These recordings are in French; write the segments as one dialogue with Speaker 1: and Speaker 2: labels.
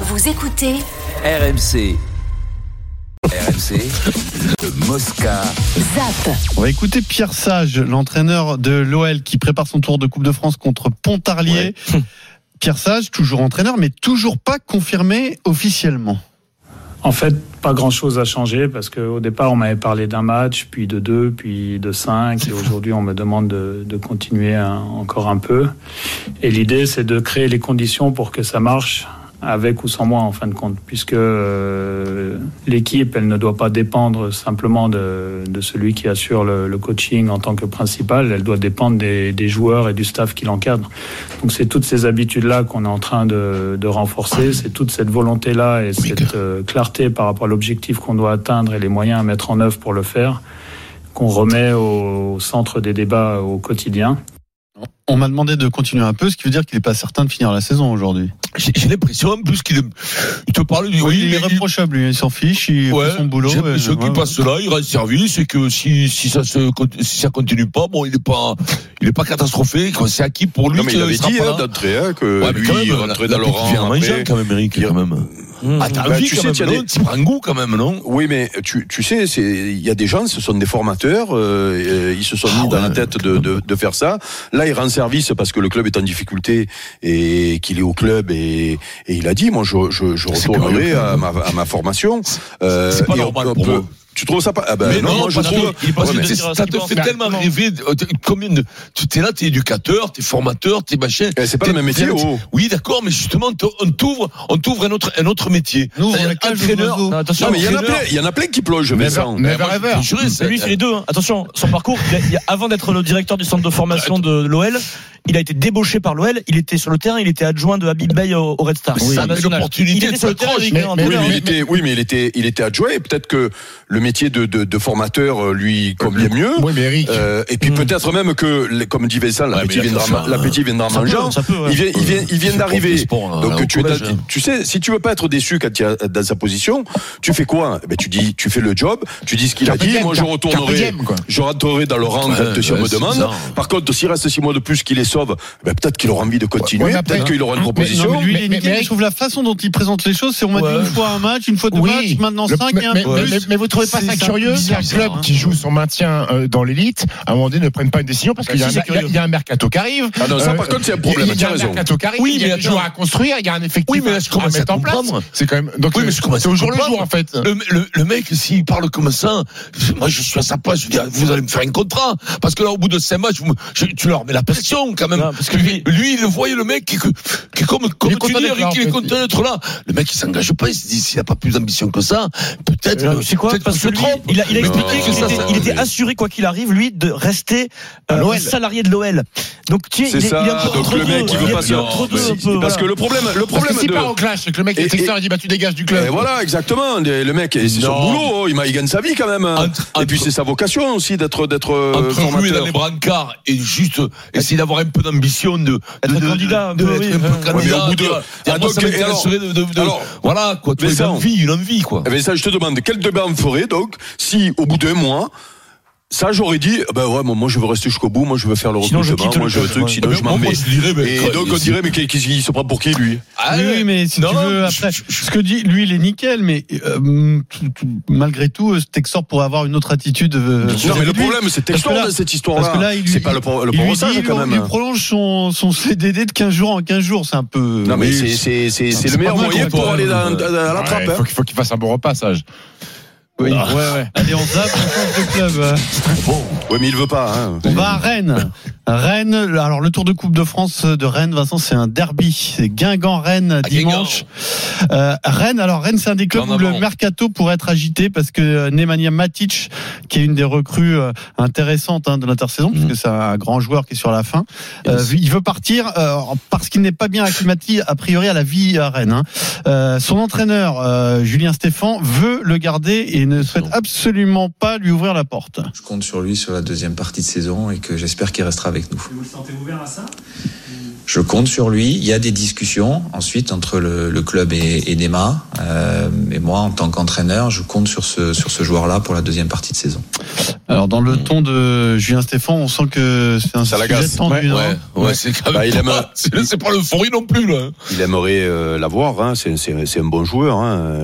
Speaker 1: Vous écoutez
Speaker 2: RMC. RMC, le Mosca.
Speaker 1: ZAP.
Speaker 3: On va écouter Pierre Sage, l'entraîneur de l'OL qui prépare son tour de Coupe de France contre Pontarlier.
Speaker 4: Hum.
Speaker 3: Pierre Sage, toujours entraîneur, mais toujours pas confirmé officiellement.
Speaker 5: En fait, pas grand-chose a changé parce qu'au départ, on m'avait parlé d'un match, puis de deux, puis de cinq, et aujourd'hui, on me demande de, de continuer un- encore un peu. Et l'idée, c'est de créer les conditions pour que ça marche avec ou sans moi, en fin de compte, puisque euh, l'équipe, elle ne doit pas dépendre simplement de, de celui qui assure le, le coaching en tant que principal, elle doit dépendre des, des joueurs et du staff qui l'encadrent. Donc c'est toutes ces habitudes-là qu'on est en train de, de renforcer, c'est toute cette volonté-là et cette euh, clarté par rapport à l'objectif qu'on doit atteindre et les moyens à mettre en œuvre pour le faire, qu'on remet au, au centre des débats au quotidien.
Speaker 3: On m'a demandé de continuer un peu, ce qui veut dire qu'il n'est pas certain de finir la saison aujourd'hui.
Speaker 6: J'ai j'ai l'impression en plus qu'il il te parle du.
Speaker 3: Oui, il est
Speaker 6: mais il-
Speaker 3: reprochable, lui, il s'en fiche, il
Speaker 6: ouais,
Speaker 3: fait son boulot.
Speaker 6: J'ai l'impression
Speaker 3: euh,
Speaker 6: qu'il
Speaker 3: ouais,
Speaker 6: passe là, il rend service et que si, si, ça se, cont- si ça continue pas, bon, il est pas, il est pas catastrophique. quoi. C'est acquis pour lui.
Speaker 7: Non, mais il
Speaker 6: qu'il
Speaker 7: avait
Speaker 6: sera
Speaker 7: dit
Speaker 6: pas
Speaker 7: hein,
Speaker 6: là.
Speaker 7: d'entrée hein, que
Speaker 6: Ouais, mais
Speaker 7: lui
Speaker 6: quand même,
Speaker 7: il
Speaker 6: la-
Speaker 7: rentrait
Speaker 6: la
Speaker 7: dans
Speaker 6: petite vie
Speaker 7: Laurent.
Speaker 6: en
Speaker 7: après.
Speaker 6: mangeant, quand même, Eric, quand même. Ah, t'as
Speaker 7: Bah,
Speaker 6: envie,
Speaker 7: tu
Speaker 6: quand
Speaker 7: sais,
Speaker 6: même,
Speaker 7: tiens,
Speaker 6: non
Speaker 7: des-
Speaker 6: Tu prends goût, quand même, non
Speaker 7: Oui, mais tu, tu sais, c'est- il y a des gens, ce sont des formateurs, euh, et, euh, ils se sont
Speaker 6: Ah
Speaker 7: mis dans
Speaker 6: ouais,
Speaker 7: la tête de, de- de faire ça. Là, il rend service parce que le club est en difficulté et qu'il est au club et, et il a dit, moi, je, je, je
Speaker 6: C'est
Speaker 7: retournerai
Speaker 6: curieux.
Speaker 7: à ma, à ma formation. Euh,
Speaker 6: c'est pas
Speaker 7: et on-
Speaker 6: normal
Speaker 7: on
Speaker 6: pour
Speaker 7: peut-
Speaker 6: moi.
Speaker 7: Tu trouves ça pas ah ben
Speaker 6: mais non,
Speaker 7: moi, je
Speaker 6: parce
Speaker 7: trouve.
Speaker 6: que- parce
Speaker 7: Ouais,
Speaker 6: que
Speaker 7: mais-
Speaker 6: t'es- ça te fait tellement rêver. euh, t'es- Combien de, tu t'es là, t'es éducateur, t'es formateur, t'es machin.
Speaker 7: Eh, c'est pas le
Speaker 6: t'es-
Speaker 7: même métier,
Speaker 6: t'es-
Speaker 7: oh.
Speaker 6: Oui, d'accord, mais justement, t'o- on t'ouvre, on t'ouvre un autre, un autre métier.
Speaker 3: Nous, on
Speaker 6: C'est-à-dire
Speaker 3: a le cage
Speaker 6: qu'entraîneur-
Speaker 3: au réseau.
Speaker 8: Non, attention,
Speaker 7: Non, mais il y en a
Speaker 8: entraîneur.
Speaker 7: plein, il y en a plein qui plongent, Vincent.
Speaker 8: Never
Speaker 6: moi, je
Speaker 8: ever.
Speaker 6: suis juré, c'est-
Speaker 8: Lui, il fait les deux. hein. Attention, son parcours, il a- il a- avant d'être le directeur du centre de formation de l'OL, il a été débauché par l'OL. Il était sur le terrain, il était adjoint de Habib Bey au, au Red Star.
Speaker 6: Mais ça,
Speaker 8: Oui,
Speaker 6: mais
Speaker 8: national.
Speaker 6: l'opportunité,
Speaker 8: Il était sur le
Speaker 6: tu
Speaker 8: terrain,
Speaker 6: t'accroches.
Speaker 8: il était
Speaker 6: Mais-
Speaker 8: en
Speaker 7: Oui,
Speaker 8: terrain.
Speaker 7: mais, il était, oui, mais il était, il était adjoint. et Peut-être que le métier de, de, de formateur euh, lui convient mieux.
Speaker 4: Oui, mais Eric,
Speaker 7: Euh, et puis peut-être même que, les- comme dit Vincent,
Speaker 6: Ouais,
Speaker 7: l'appétit
Speaker 6: mais
Speaker 7: viendra,
Speaker 6: ça,
Speaker 7: ma- l'appétit viendra
Speaker 8: ça peut,
Speaker 7: mangeant.
Speaker 8: ça peut, ouais.
Speaker 7: Il vient, il vient, il vient
Speaker 6: C'est
Speaker 7: d'arriver.
Speaker 6: prof de sport, là, là,
Speaker 7: Donc euh,
Speaker 6: au
Speaker 7: tu, es
Speaker 6: collège,
Speaker 7: dans-
Speaker 6: hein.
Speaker 7: tu sais, si tu veux pas être déçu quand tu es dans sa position, tu fais quoi Eh ben, tu dis, tu fais le job, tu dis ce qu'il a
Speaker 4: Carpe
Speaker 7: dit.
Speaker 4: diem,
Speaker 7: Moi, je
Speaker 4: car- carpe
Speaker 7: retournerai,
Speaker 4: diem, quoi.
Speaker 7: je rentrerai dans le
Speaker 6: Ouais,
Speaker 7: rang quand si on
Speaker 6: ouais,
Speaker 7: me
Speaker 6: c'est
Speaker 7: demande.
Speaker 6: bizarre.
Speaker 7: Par contre, s'il reste six mois de plus, qu'il les sauve, ben, peut-être qu'il aura envie de continuer,
Speaker 4: Ouais, mais après-
Speaker 7: peut-être qu'il aura une
Speaker 3: Mais
Speaker 7: proposition.
Speaker 3: non, mais lui, il est
Speaker 4: Mais-
Speaker 3: nickel,
Speaker 4: mais- mais-
Speaker 3: je trouve la façon dont il présente les choses, c'est on m'a dit
Speaker 6: Ouais.
Speaker 3: une fois un match, une fois deux
Speaker 4: Oui.
Speaker 3: matchs, maintenant
Speaker 4: Le-
Speaker 3: cinq
Speaker 4: mais,
Speaker 3: et un
Speaker 4: mais-
Speaker 3: plus.
Speaker 4: mais- mais vous trouvez pas
Speaker 3: C'est
Speaker 4: ça
Speaker 3: ça,
Speaker 4: curieux
Speaker 3: bizarre,
Speaker 4: qu'un
Speaker 3: ça,
Speaker 4: club
Speaker 3: hein.
Speaker 4: qui joue son maintien euh, dans l'élite, à un moment donné, ne prenne pas une décision parce qu'il y, a
Speaker 8: si, c'est
Speaker 4: un- il y a-
Speaker 8: curieux.
Speaker 4: il y a un mercato qui arrive.
Speaker 7: Ah non, ça, par contre, c'est un problème,
Speaker 4: Euh, Il y a- il y
Speaker 7: t'as
Speaker 4: a un
Speaker 7: raison.
Speaker 4: mercato qui arrive.
Speaker 6: Oui,
Speaker 4: il y
Speaker 6: mais
Speaker 4: a des joueurs
Speaker 6: attends.
Speaker 4: à construire, il y a un effectif
Speaker 6: Oui, mais là, je
Speaker 4: à
Speaker 6: commence à
Speaker 4: mettre en place.
Speaker 6: comprendre.
Speaker 4: C'est quand même. Donc,
Speaker 6: Oui, mais
Speaker 4: euh,
Speaker 6: je commence
Speaker 4: c'est
Speaker 6: à
Speaker 4: au jour le jour,
Speaker 6: comprendre.
Speaker 4: en fait.
Speaker 6: Le, le- le mec, s'il parle comme ça, moi je suis à sa place, je dis, ah, vous allez me faire un contrat. Parce que là, au bout de cinq matchs, vous me- je- tu leur mets la pression quand même.
Speaker 8: Non, parce que lui-
Speaker 6: lui, il le voyait, le mec, qui, qui est comme, comme
Speaker 4: est
Speaker 6: tu
Speaker 4: content
Speaker 6: dis,
Speaker 4: d'être
Speaker 6: Eric,
Speaker 4: là,
Speaker 6: il est
Speaker 4: en fait.
Speaker 6: content d'être là. Le mec, il s'engage pas, il se dit, s'il n'a pas plus d'ambition que ça, peut-être.
Speaker 8: Euh, C'est quoi
Speaker 6: peut-être
Speaker 8: Parce que
Speaker 6: qu'on se
Speaker 8: lui,
Speaker 6: trompe.
Speaker 8: il a, il a
Speaker 6: Non,
Speaker 8: expliqué qu'il
Speaker 6: ça,
Speaker 8: était,
Speaker 6: ça,
Speaker 8: il
Speaker 6: mais-
Speaker 8: était assuré quoi qu'il arrive, lui, de rester euh,
Speaker 4: l'OL.
Speaker 8: salarié de l'OL. Donc tu sais,
Speaker 7: C'est
Speaker 8: il est, il est un
Speaker 7: ça,
Speaker 8: peu
Speaker 7: donc
Speaker 8: entre
Speaker 7: le
Speaker 8: deux,
Speaker 7: mec, il
Speaker 8: est
Speaker 7: veut pas
Speaker 8: un peu
Speaker 7: se.
Speaker 8: entre deux, un peu,
Speaker 7: Parce
Speaker 8: voilà.
Speaker 7: que le problème, le
Speaker 4: Parce que
Speaker 7: problème
Speaker 4: s'il
Speaker 7: de.
Speaker 4: part au clash et que le mec est
Speaker 7: Et-
Speaker 4: extérieur, il dit bah tu dégages du club.
Speaker 7: Et voilà, exactement. Le le mec, c'est son
Speaker 6: Non.
Speaker 7: boulot. oh, Il, m'a- il gagne sa vie quand même.
Speaker 6: Entre-
Speaker 7: et puis
Speaker 6: entre-
Speaker 7: c'est sa vocation aussi d'être d'être euh,
Speaker 6: entre lui et dans
Speaker 7: formateur.
Speaker 6: les brancards et juste essayer d'avoir un peu d'ambition de,
Speaker 8: Être
Speaker 6: de- de-
Speaker 8: candidat, un
Speaker 6: de-
Speaker 8: peu,
Speaker 6: d'être
Speaker 8: oui,
Speaker 6: un peu
Speaker 8: ouais.
Speaker 6: candidat
Speaker 7: Ouais, mais au bout
Speaker 6: dire,
Speaker 7: de-
Speaker 6: dire,
Speaker 7: Ah,
Speaker 6: moi,
Speaker 7: donc,
Speaker 6: ça
Speaker 7: et
Speaker 6: m'intéresserait de, de- de-
Speaker 7: alors-
Speaker 6: voilà quoi tu vois, une
Speaker 7: Vincent.
Speaker 6: envie une envie quoi
Speaker 7: Eh bien ça, je te demande, quel débat on ferait donc si au bout d'un mois, ça j'aurais dit, eh ben ouais, moi, moi, je veux rester jusqu'au bout, moi je veux faire le
Speaker 8: Sinon, je
Speaker 7: recrutement,
Speaker 8: quitte le
Speaker 7: moi je veux le
Speaker 8: club,
Speaker 7: truc,
Speaker 8: ouais.
Speaker 7: sinon
Speaker 6: Mais
Speaker 7: je
Speaker 6: moi,
Speaker 7: m'en
Speaker 6: moi,
Speaker 7: vais.
Speaker 6: je dirais, mais
Speaker 7: Et
Speaker 6: quoi,
Speaker 7: donc on
Speaker 6: c'est-
Speaker 7: dirait, mais qu'est-ce qu'il se prend pour qui lui
Speaker 6: Ah,
Speaker 3: Oui, oui, mais si
Speaker 6: non,
Speaker 3: tu veux,
Speaker 6: non,
Speaker 3: après,
Speaker 6: je- je-
Speaker 3: ce que dit, lui, il est nickel, mais euh, tout- tout- malgré tout, euh, Textor pourrait avoir une autre attitude. euh,
Speaker 7: Non
Speaker 3: vis-à-vis
Speaker 7: mais le
Speaker 3: de lui.
Speaker 7: problème c'est
Speaker 3: Parce que
Speaker 7: Textor
Speaker 3: là-
Speaker 7: dans cette
Speaker 3: Parce que
Speaker 7: histoire-là.
Speaker 3: là, il lui-
Speaker 7: C'est pas le pro- le
Speaker 3: il lui dit,
Speaker 7: brossage
Speaker 3: il
Speaker 7: quand
Speaker 3: lui- il
Speaker 7: même.
Speaker 3: lui prolonge son, son CDD de 15 jours en 15 jours, c'est un peu.
Speaker 7: Non mais
Speaker 3: Oui,
Speaker 7: c'est- c'est c'est- c'est le meilleur
Speaker 3: pas mal
Speaker 7: moyen
Speaker 3: qu'on
Speaker 7: pour
Speaker 3: parle,
Speaker 7: aller dans-
Speaker 3: euh,
Speaker 7: dans- à la
Speaker 4: Ouais,
Speaker 7: trappe. hein.
Speaker 4: faut qu'il- faut qu'il fasse un bon repassage.
Speaker 3: oui.
Speaker 7: Ah.
Speaker 3: Ouais, ouais. Allez, on zappe, on change de club. euh.
Speaker 7: Ouais mais il veut pas. hein.
Speaker 3: On va à Rennes. Rennes, alors le Tour de Coupe de France de Rennes, Vincent, c'est un derby. C'est Guingamp-Rennes
Speaker 6: Ah,
Speaker 3: dimanche. Euh, Rennes, alors Rennes, c'est un des clubs
Speaker 6: En
Speaker 3: où le
Speaker 6: avant.
Speaker 3: mercato pourrait être agité parce que euh, Nemanja Matic, qui est une des recrues euh, intéressantes hein, de l'intersaison, puisque c'est un grand joueur qui est sur la fin, euh, il veut partir euh, parce qu'il n'est pas bien acclimaté a priori à la vie à Rennes. hein. Euh, son entraîneur, euh, Julien Stéphan, veut le garder et ne souhaite absolument pas lui ouvrir la porte.
Speaker 9: Je compte sur lui sur la deuxième partie de saison et que j'espère qu'il restera avec nous.
Speaker 10: Vous le sentez ouvert à ça
Speaker 1: je compte sur lui. Il y a des discussions ensuite entre le, le club et, et Nema. Euh, et moi, en tant qu'entraîneur, je compte sur ce, sur ce joueur-là pour la deuxième partie de saison.
Speaker 3: Alors dans le ton de Julien Stéphane, on sent que c'est un
Speaker 7: Hmm. Ça
Speaker 3: sujet
Speaker 7: l'agace.
Speaker 3: tendu. non
Speaker 6: Ouais, ouais, c'est quand
Speaker 7: Bah,
Speaker 6: même.
Speaker 7: il aime
Speaker 6: pas-
Speaker 7: un-
Speaker 6: c'est c'est pas l'euphorie non plus, là.
Speaker 7: Il aimerait euh, l'avoir, hein. c'est, c'est- c'est un bon joueur. Hein.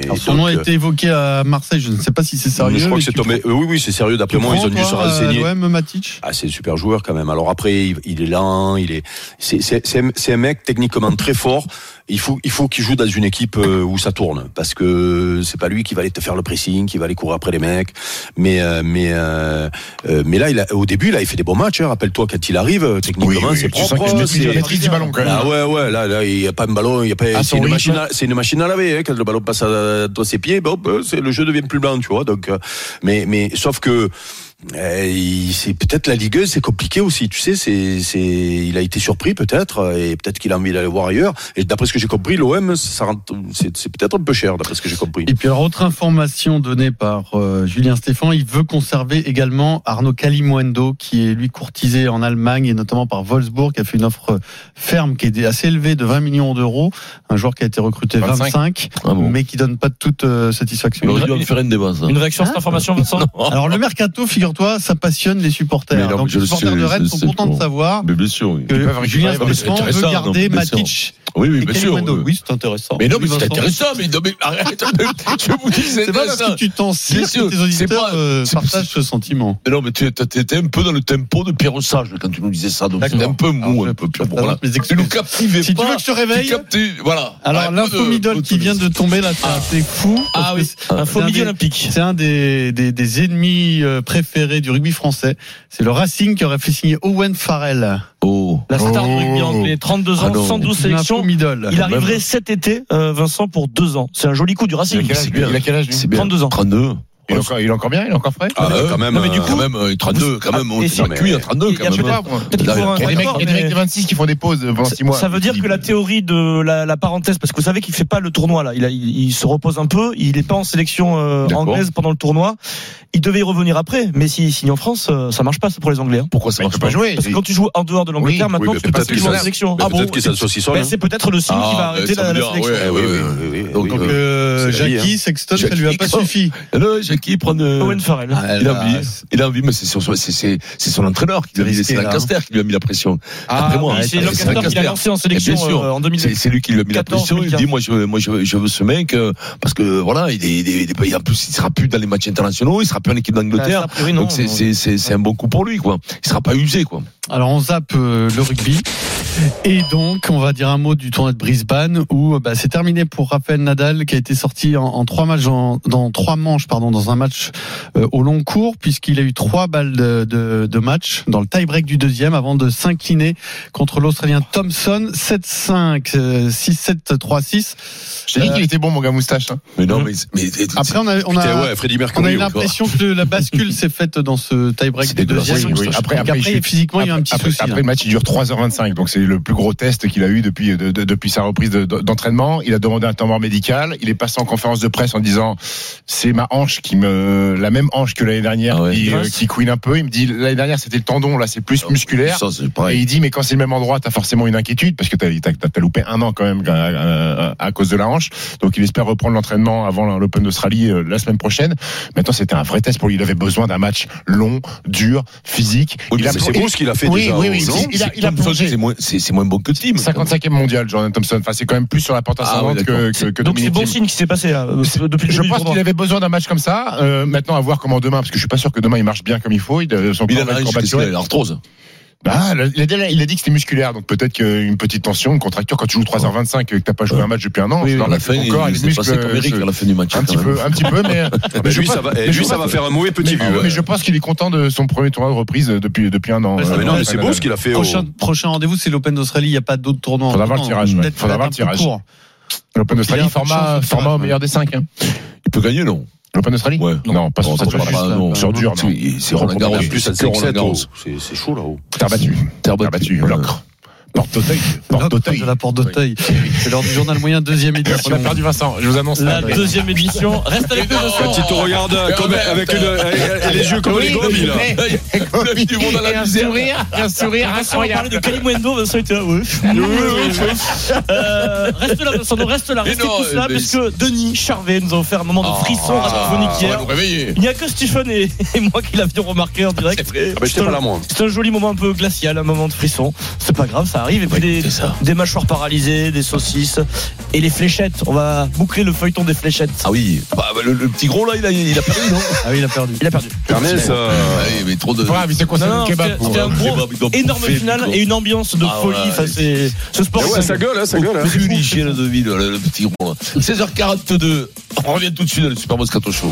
Speaker 7: Et
Speaker 3: Alors, son
Speaker 7: donc,
Speaker 3: nom a
Speaker 7: euh,
Speaker 3: été évoqué à Marseille, je ne sais pas si c'est sérieux.
Speaker 7: Je crois
Speaker 3: mais
Speaker 7: que c'est
Speaker 3: tu le
Speaker 7: tombé. euh, Oui, oui, c'est sérieux.
Speaker 3: prends-
Speaker 7: D'après moi, ils ont
Speaker 3: tu
Speaker 7: dû
Speaker 3: le
Speaker 7: se
Speaker 3: prends, toi, euh,
Speaker 7: renseigner.
Speaker 3: à l'OM, Matic
Speaker 7: Ah, c'est un super joueur quand même. Alors après, il- il est lent, il est, c'est, c'est- c'est un, c'est un mec techniquement très fort. Il faut, il faut qu'il joue dans une équipe euh, où ça tourne, parce que c'est pas lui qui va aller te faire le pressing, qui va aller courir après les mecs. Mais, euh, mais, euh, euh, mais là, il a- au début, là, il fait des bons matchs. hein. Rappelle-toi quand il arrive, euh,
Speaker 4: Oui,
Speaker 7: techniquement,
Speaker 4: oui,
Speaker 7: c'est
Speaker 4: tu sens
Speaker 7: propre.
Speaker 4: qu'il maîtrise-
Speaker 7: c'est-
Speaker 4: il maîtrise du ballon quand même.
Speaker 7: ah ouais, ouais, là, là, il n'y a pas un ballon, il y a pas,
Speaker 4: Ah,
Speaker 7: c'est
Speaker 4: son
Speaker 7: une,
Speaker 4: rythme.
Speaker 7: machine à, c'est une machine à laver, hein, quand le ballon passe à, dans ses pieds, ben, hop, euh, c'est, le jeu devient plus blanc, tu vois, donc, euh, mais, mais, sauf que, euh, il- c'est peut-être la Ligue 1, c'est compliqué aussi, tu sais, c'est, c'est, il a été surpris peut-être, euh, et peut-être qu'il a envie d'aller voir ailleurs, et d'après ce que j'ai compris, l'OM, ça rentre- c'est, c'est peut-être un peu cher, d'après ce que j'ai compris.
Speaker 3: Et puis alors autre information donnée par euh, Julien Stéphane, il veut conserver également Arnaud Calimundo qui est lui courtisé en Allemagne et notamment par Wolfsburg qui a fait une offre ferme qui est assez élevée de 20 millions d'euros, un joueur qui a été recruté 25,
Speaker 6: 25,
Speaker 7: Ah
Speaker 3: mais qui donne pas toute euh, satisfaction.
Speaker 6: Ah Il aurait dû en faire un débat, ça. Ah,
Speaker 8: Une réaction à cette information, Vincent
Speaker 3: Alors le mercato, figure-toi, ça passionne les supporters.
Speaker 6: Mais non,
Speaker 3: Donc
Speaker 6: je
Speaker 3: les
Speaker 6: le
Speaker 3: supporters
Speaker 6: sais,
Speaker 3: de Rennes
Speaker 6: je
Speaker 3: sont
Speaker 6: sais,
Speaker 3: contents de
Speaker 6: bon.
Speaker 3: savoir
Speaker 6: Mais bien sûr, oui.
Speaker 4: Ils peuvent
Speaker 3: que
Speaker 4: récupérer,
Speaker 3: Julien
Speaker 4: mais c'est
Speaker 3: Stéphane veut
Speaker 6: intéressant,
Speaker 3: garder
Speaker 6: non, bien sûr.
Speaker 3: Matic.
Speaker 6: Oui, oui,
Speaker 3: et
Speaker 6: bien sûr.
Speaker 3: Calimundo.
Speaker 6: oui.
Speaker 3: Oui, c'est intéressant.
Speaker 6: Mais non, mais
Speaker 3: Oui,
Speaker 6: c'est
Speaker 3: Vincent.
Speaker 6: intéressant, mais non, mais arrête, je vous dis, c'est
Speaker 3: C'est pas parce
Speaker 6: intéressant.
Speaker 3: que tu t'en sers
Speaker 6: sûr,
Speaker 3: que tes
Speaker 6: c'est
Speaker 3: auditeurs
Speaker 6: pas-
Speaker 3: euh,
Speaker 6: c'est-
Speaker 3: partagent ce sentiment.
Speaker 6: Mais non, mais tu étais un peu dans le tempo de Pierre Sage quand tu nous disais ça, donc
Speaker 3: D'accord.
Speaker 6: c'était un peu mou,
Speaker 3: Alors, je-
Speaker 6: un peu Pierre.
Speaker 3: je-
Speaker 6: Voilà.
Speaker 3: mes
Speaker 6: Tu nous
Speaker 3: excuses.
Speaker 6: captivais
Speaker 3: Si tu
Speaker 6: pas.
Speaker 3: veux que je te réveille,
Speaker 6: captais, voilà.
Speaker 3: Alors
Speaker 6: Arrête pas de-
Speaker 3: l'info middle qui vient de tomber là, c'est assez fou. parce
Speaker 8: Ah
Speaker 3: que
Speaker 8: oui.
Speaker 3: c'est-
Speaker 8: Un faux
Speaker 3: c'est un
Speaker 8: milieu
Speaker 3: des-
Speaker 8: olympique.
Speaker 3: C'est un des, des, des ennemis euh, préférés du rugby français. C'est le Racing qui aurait fait signer Owen Farrell.
Speaker 6: Oh.
Speaker 8: La star du
Speaker 4: Oh.
Speaker 8: rugby anglais, 32 ans,
Speaker 6: Ah non.
Speaker 8: 112
Speaker 3: C'est un faux
Speaker 8: sélections.
Speaker 3: middle.
Speaker 8: Il arriverait cet été, euh, Vincent, pour deux ans. C'est un joli coup du Racing.
Speaker 6: C'est bien.
Speaker 4: Il a quel âge lui
Speaker 6: C'est bien.
Speaker 8: 32 ans.
Speaker 6: 32.
Speaker 4: il est, encore, il est encore bien Il est encore frais
Speaker 6: Ah,
Speaker 7: Ah, ouais,
Speaker 6: euh,
Speaker 7: quand même,
Speaker 6: Non, mais du
Speaker 7: euh,
Speaker 6: coup, quand même, euh, 32, quand même, on
Speaker 8: Ah, Et
Speaker 6: est
Speaker 8: si-
Speaker 6: pas cuit à 32,
Speaker 8: Il y a-
Speaker 6: quand
Speaker 4: Je sais
Speaker 6: même.
Speaker 4: pas, moi.
Speaker 8: Peut-être qu'il
Speaker 6: Là,
Speaker 8: faut un
Speaker 4: Il y a des Ah, mecs,
Speaker 8: accord,
Speaker 4: il y a des
Speaker 8: mais-
Speaker 4: mecs de 26 qui font des pauses euh, pendant 6 mois.
Speaker 8: Ça veut dire que la théorie de la, la parenthèse, parce que vous savez qu'il fait pas le tournoi là, il, a- il, il se repose un peu, il n'est pas en sélection euh,
Speaker 6: D'accord.
Speaker 8: anglaise pendant le tournoi. Il devait y revenir après, mais s'il signe en France, euh, ça marche pas ça pour les Anglais. hein.
Speaker 4: Pourquoi ça
Speaker 6: il
Speaker 4: Il
Speaker 6: peut
Speaker 4: peut
Speaker 6: pas
Speaker 4: pas jouer.
Speaker 8: Parce que quand tu joues en dehors de l'Angleterre,
Speaker 4: Oui,
Speaker 8: maintenant
Speaker 7: oui, mais
Speaker 8: tu peux pas
Speaker 7: peut-être
Speaker 8: jouer en
Speaker 7: qu'il
Speaker 8: sélection.
Speaker 7: Mais peut-être qu'il s'associe
Speaker 8: Ben, c'est peut-être le signe qui va
Speaker 6: hein. Ah,
Speaker 8: arrêter
Speaker 6: ça
Speaker 8: la,
Speaker 6: veut
Speaker 8: la
Speaker 6: dire,
Speaker 8: sélection.
Speaker 6: ouais,
Speaker 7: oui,
Speaker 6: ouais,
Speaker 7: oui,
Speaker 6: ouais.
Speaker 7: hein. oui, oui,
Speaker 6: Donc,
Speaker 7: oui,
Speaker 3: Donc
Speaker 7: oui.
Speaker 3: euh,
Speaker 7: c'est la vie,
Speaker 3: Jackie Sexton, ça lui a pas
Speaker 6: Jackie,
Speaker 3: suffi.
Speaker 6: Là, Jackie, prend de-
Speaker 8: Owen Farrell.
Speaker 6: Ah, il a envie, il a envie, mais c'est sur- c'est c'est- c'est son entraîneur qui lui a mis,
Speaker 3: Risqué,
Speaker 6: c'est
Speaker 3: là,
Speaker 6: Lancaster qui lui a mis la pression. Après moi,
Speaker 8: Ah, oui, c'est Lancaster qui l'a lancé en
Speaker 6: Eh,
Speaker 8: sélection
Speaker 6: bien sûr.
Speaker 8: euh, en 2000.
Speaker 6: C'est c'est lui qui lui a mis la
Speaker 8: 14,
Speaker 6: pression. Il
Speaker 8: 2015.
Speaker 6: dit moi je, moi je, je veux ce mec euh, parce que voilà il est, il est- il est- il est- en plus il sera plus dans les matchs internationaux, il sera plus en équipe
Speaker 8: Ah, ça,
Speaker 6: d'Angleterre.
Speaker 8: a priori, non.
Speaker 6: Donc c'est c'est c'est c'est un bon coup pour lui quoi. Il sera pas usé quoi.
Speaker 3: Alors on zappe euh, le rugby. Et donc on va dire un mot du tournoi de Brisbane où euh, bah, c'est terminé pour Rafael Nadal qui a été sorti en, en trois matchs en- dans trois manches pardon dans un match euh, au long cours puisqu'il a eu trois balles de, de, de match dans le tie-break du deuxième avant de s'incliner contre l'Australien Thompson 7-5 euh, 6-7 3-6.
Speaker 4: Je t'ai dit
Speaker 3: Euh,
Speaker 4: qu'il était bon, mon gars moustache. hein.
Speaker 6: Mais non mais mais
Speaker 3: Après on a on
Speaker 7: Putain,
Speaker 3: a
Speaker 7: ouais, Freddie
Speaker 3: on a
Speaker 7: Mercury.
Speaker 3: eu
Speaker 7: ouais.
Speaker 3: l'impression que la bascule s'est faite dans ce tie-break
Speaker 6: C'est
Speaker 3: du
Speaker 6: dégueulasse.
Speaker 3: deuxième.
Speaker 6: Oui, oui.
Speaker 4: Après-
Speaker 3: Donc
Speaker 4: après, il
Speaker 3: après
Speaker 4: chute.
Speaker 3: physiquement il y a eu un petit
Speaker 4: après,
Speaker 3: souci.
Speaker 4: après,
Speaker 3: là.
Speaker 4: le match, il dure 3h25, donc c'est le plus gros test qu'il a eu depuis, euh, de- de- depuis sa reprise de- de- d'entraînement. il a demandé un temps mort médical. Il est passé en conférence de presse en disant c'est ma hanche qui me, la même hanche que l'année dernière
Speaker 6: Ah ouais. Oh,
Speaker 4: qui, euh, qui couine un peu. Il me dit l'année dernière c'était le tendon, là c'est plus musculaire.
Speaker 6: Ça, c'est
Speaker 4: Et
Speaker 6: pareil.
Speaker 4: il dit, mais quand c'est le même endroit, t'as forcément une inquiétude parce que t'as t'as- t'as loupé un an quand même à, à- à cause de la hanche. Donc il espère reprendre l'entraînement avant l'Open d'Australie euh, la semaine prochaine. Maintenant, c'était un vrai test pour lui. Il avait besoin d'un match long, dur, physique.
Speaker 6: Oui,
Speaker 4: il
Speaker 6: mais
Speaker 4: a
Speaker 7: C'est c'est
Speaker 4: plongé-
Speaker 7: beau ce qu'il a fait
Speaker 4: Oui,
Speaker 7: déjà.
Speaker 4: oui,
Speaker 7: au-
Speaker 4: oui,
Speaker 7: non
Speaker 4: si. il a- il a
Speaker 6: Thompson,
Speaker 4: plongé.
Speaker 6: c'est moins c'est c'est moins bon que Tim.
Speaker 4: 55e mondial, Jordan Thompson. Enfin, c'est quand même plus sur la pente
Speaker 6: Ah
Speaker 4: ascendante
Speaker 6: ouais,
Speaker 4: que,
Speaker 6: d'accord.
Speaker 4: que, que
Speaker 8: Donc c'est
Speaker 4: Dominic
Speaker 8: bon
Speaker 4: Thiem.
Speaker 8: signe qui s'est passé là, euh, depuis le
Speaker 4: Je
Speaker 8: début du
Speaker 4: pense qu'il
Speaker 8: tournoi.
Speaker 4: avait besoin d'un match comme ça. Euh, maintenant, à voir comment demain, parce que je suis pas sûr que demain il marche bien comme il faut. Il, a- son
Speaker 6: Il a
Speaker 4: corps va
Speaker 6: la
Speaker 4: être
Speaker 6: hanche, qu'est-ce qu'il
Speaker 4: courbaturé.
Speaker 6: a l'arthrose.
Speaker 4: Bah, il, a, il a- il a dit que c'était musculaire, donc peut-être qu'une petite tension, une contracture, quand tu joues 3h25 et que t'as pas joué un match depuis un an,
Speaker 6: Oui,
Speaker 4: je
Speaker 6: oui,
Speaker 4: t'en
Speaker 6: à la
Speaker 4: prie,
Speaker 6: fin,
Speaker 4: ton
Speaker 6: il
Speaker 4: corps et les
Speaker 6: s'est passé
Speaker 4: muscles,
Speaker 6: comme Eric
Speaker 4: euh,
Speaker 6: à la fin du match.
Speaker 4: un petit
Speaker 6: quand même.
Speaker 4: peu, un petit peu, mais, euh,
Speaker 7: Ah,
Speaker 4: mais
Speaker 7: ben,
Speaker 4: je
Speaker 7: lui,
Speaker 4: pense-
Speaker 7: ça va, eh,
Speaker 4: mais je
Speaker 7: lui, ça va
Speaker 4: pense-
Speaker 7: faire un mauvais petit hein.
Speaker 4: mais-
Speaker 7: vu.
Speaker 4: mais je pense qu'il est content de son premier tournoi de reprise depuis, depuis un an. euh,
Speaker 3: Ouais, ça
Speaker 7: Ah, mais non, mais
Speaker 4: Rafael
Speaker 7: c'est beau
Speaker 4: Nadal.
Speaker 7: ce qu'il a fait. au-
Speaker 3: Prochain, prochain rendez-vous, c'est l'Open d'Australie. Il n'y a pas d'autres tournois.
Speaker 4: Faudra voir le
Speaker 3: entre-temps.
Speaker 4: tirage, ouais.
Speaker 3: Peut-être
Speaker 4: Faudra
Speaker 3: peut-être
Speaker 4: voir
Speaker 3: un
Speaker 4: le
Speaker 3: peu
Speaker 4: tirage.
Speaker 3: court.
Speaker 4: L'Open
Speaker 3: Il a
Speaker 4: d'Australie,
Speaker 3: un peu de
Speaker 4: format,
Speaker 3: chance,
Speaker 4: format
Speaker 3: ouais.
Speaker 4: au meilleur des 5. Hein.
Speaker 6: Il peut gagner non
Speaker 4: L'Open d'Australie
Speaker 6: Ouais.
Speaker 4: Non, pas sur
Speaker 6: ça,
Speaker 4: pas sur-
Speaker 6: tu
Speaker 4: pas-
Speaker 6: vois,
Speaker 3: juste,
Speaker 6: non.
Speaker 3: euh,
Speaker 6: Sur dur,
Speaker 4: non.
Speaker 6: C'est Roland Garros.
Speaker 7: En plus, à
Speaker 6: C'est que Roland
Speaker 7: 5-7,
Speaker 6: Garros.
Speaker 7: oh, c'est c'est chaud là-haut.
Speaker 4: Terre battue.
Speaker 6: Terre
Speaker 4: Terre battue,
Speaker 6: battue.
Speaker 4: l'encre. Porte d'Auteuil. Porte d'Auteuil.
Speaker 3: de la porte d'Auteuil. C'est l'heure du journal moyen deuxième édition.
Speaker 4: On a perdu Vincent, je vous annonce
Speaker 8: La
Speaker 4: ça.
Speaker 8: deuxième édition. Reste
Speaker 6: Oh,
Speaker 8: avec nous, Vincent.
Speaker 7: Quand il te regarde euh, comme, avec une, euh, les yeux comme les gorilles, là.
Speaker 6: du monde à la misère.
Speaker 9: Un sourire
Speaker 8: Vincent, on parlait de Kalimwendo, Vincent était là, ouais. Euh, reste là, Vincent, non, reste là,
Speaker 6: Mais
Speaker 8: restez
Speaker 6: non,
Speaker 8: tous là,
Speaker 6: mais
Speaker 8: parce que Denis Charvet nous a offert un moment de frisson radiophonique
Speaker 6: Ah, on va
Speaker 8: hier.
Speaker 6: nous réveiller.
Speaker 8: Il n'y a que Stephen et, et moi qui l'avions remarqué en direct.
Speaker 7: Ah bah, j'étais pas là, moi.
Speaker 8: C'est un joli moment un peu glacial, un moment de frisson. C'est pas grave, ça arrive. Et puis des,
Speaker 6: écoutez ça.
Speaker 8: des mâchoires paralysées, des saucisses et les fléchettes. On va boucler le feuilleton des fléchettes.
Speaker 6: Ah oui, Bah, bah, le, le petit gros là, il a, il a perdu, non
Speaker 3: Ah oui, il a perdu.
Speaker 8: Il a perdu.
Speaker 7: Ernest, euh,
Speaker 6: Ah oui, mais trop de.
Speaker 4: Bravo, il s'est consommé
Speaker 8: Non, non,
Speaker 4: le kebab.
Speaker 8: c'était- c'était un
Speaker 6: Le
Speaker 8: gros,
Speaker 6: kebab, il doit
Speaker 8: Énorme
Speaker 6: bouffer,
Speaker 8: finale
Speaker 6: le gros.
Speaker 8: et une ambiance de
Speaker 6: Ah,
Speaker 8: folie.
Speaker 6: ouais.
Speaker 8: Enfin, c'est- ce sport.
Speaker 7: ah
Speaker 8: est
Speaker 7: ouais,
Speaker 8: dingue.
Speaker 7: ça gueule, hein, ça gueule. hein.
Speaker 6: Privilégié la devine, le, le petit rond là. 16h42, on revient tout de suite dans le Super Moscato Show.